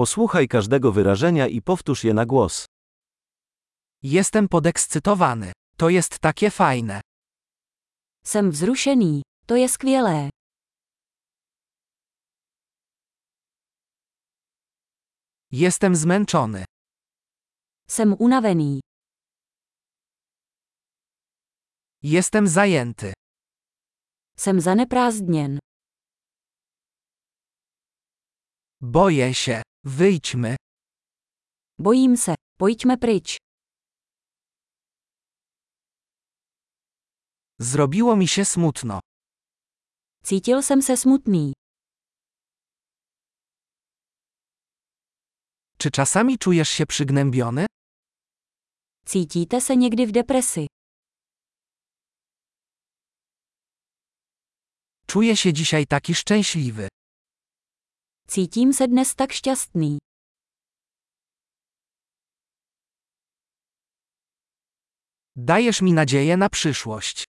Posłuchaj każdego wyrażenia i powtórz je na głos. Jestem podekscytowany. To jest takie fajne. Jsem vzrušený. To je skvělé. Jestem zmęczony. Jsem unavený. Jestem zajęty. Jsem zaneprázdněn. Boję się. Wyjdźmy. Bojím se. Pojďme pryč. Zrobiło mi się smutno. Cítil jsem se smutný. Czy czasami czujesz się przygnębiony? Cítíte se někdy v depresi? Czuję się dzisiaj taki szczęśliwy. Cítím se dnes tak šťastný. Dajesz mi nadzieję na przyszłość.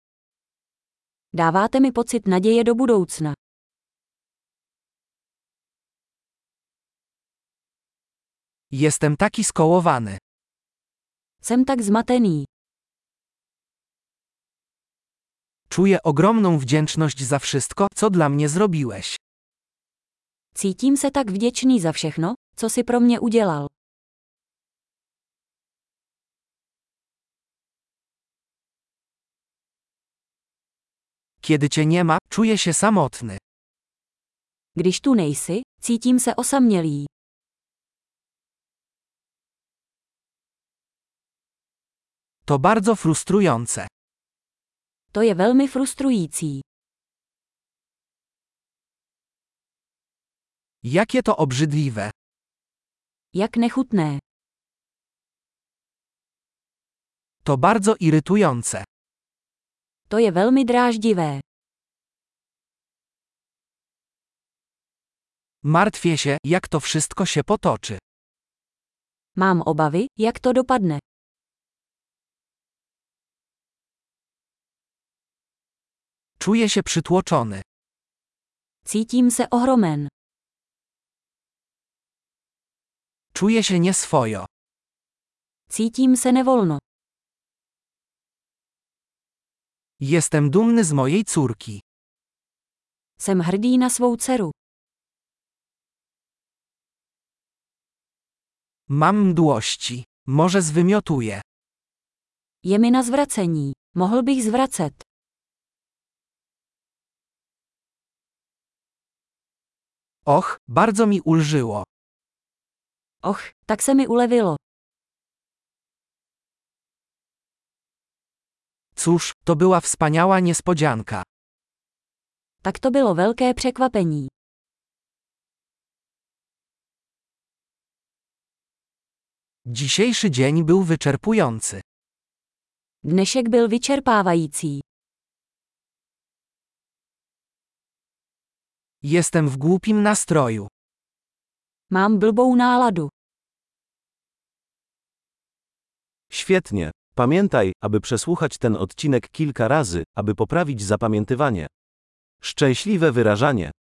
Dáváte mi pocit naděje do budoucna. Jestem taki skołowany. Jsem tak zmatený. Czuję ogromną wdzięczność za wszystko, co dla mnie zrobiłeś. Cítím se tak vděčný za všechno, co si pro mě udělal. Kiedy cię nie ma, czuję się samotny. Když tu nejsi, cítím se osamělý. To bardzo frustrujące. To je velmi frustrující. Jakie to obrzydliwe. Jak nechutné. To bardzo irytujące. To je velmi dráždivé. Martwię się, jak to wszystko się potoczy. Mám obavy, jak to dopadne. Czuję się przytłoczony. Cítím se ohromen. Czuję się nieswojo. Cítím se nevolno. Jestem dumny z mojej córki. Jsem hrdý na svou dceru. Mam mdłości. Może zwymiotuję. Je mi na zvracení. Mohl bych zvracet. Och, bardzo mi ulżyło. Och, tak se mi ulevilo. Cóż, to była wspaniała niespodzianka. Tak to bylo velké překvapení. Dzisiejszy dzień był wyczerpujący. Dnešek byl vyčerpávající. Jestem w głupim nastroju. Mám blbou náladu. Świetnie. Pamiętaj, aby przesłuchać ten odcinek kilka razy, aby poprawić zapamiętywanie. Szczęśliwe wyrażanie.